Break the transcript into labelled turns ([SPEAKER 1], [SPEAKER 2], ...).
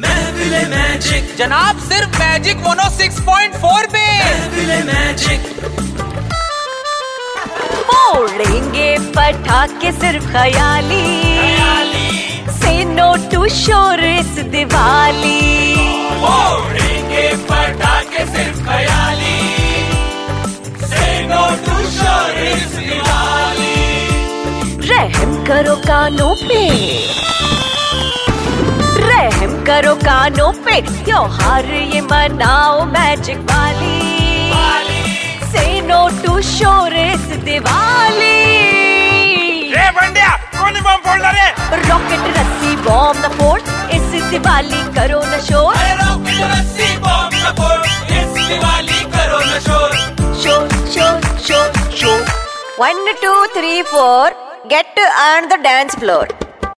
[SPEAKER 1] महफिले magic
[SPEAKER 2] जनाब सिर्फ magic mono 6.4 पे
[SPEAKER 1] महफिले मैजिक
[SPEAKER 3] फोड़ेंगे पटाखे सिर्फ खयाली से नो टू शोर इस दिवाली
[SPEAKER 1] फोड़ेंगे पटाखे सिर्फ खयाली से नो टू शोर इस दिवाली
[SPEAKER 3] रहम करो कानों पे रहम करो कानों पे त्योहार ये मनाओ मैजिक वाली से नो टू शोर इस दिवाली
[SPEAKER 4] रे बंड्या कोणी बॉम्ब फोडला रे
[SPEAKER 3] रॉकेट रस्सी बॉम्ब न फोड़ इस दिवाली करो न शोर
[SPEAKER 1] अरे रोक रस्सी बॉम्ब न फोड़ इस दिवाली करो न शोर
[SPEAKER 3] शोर शोर शोर शोर one two three four get to earn the dance floor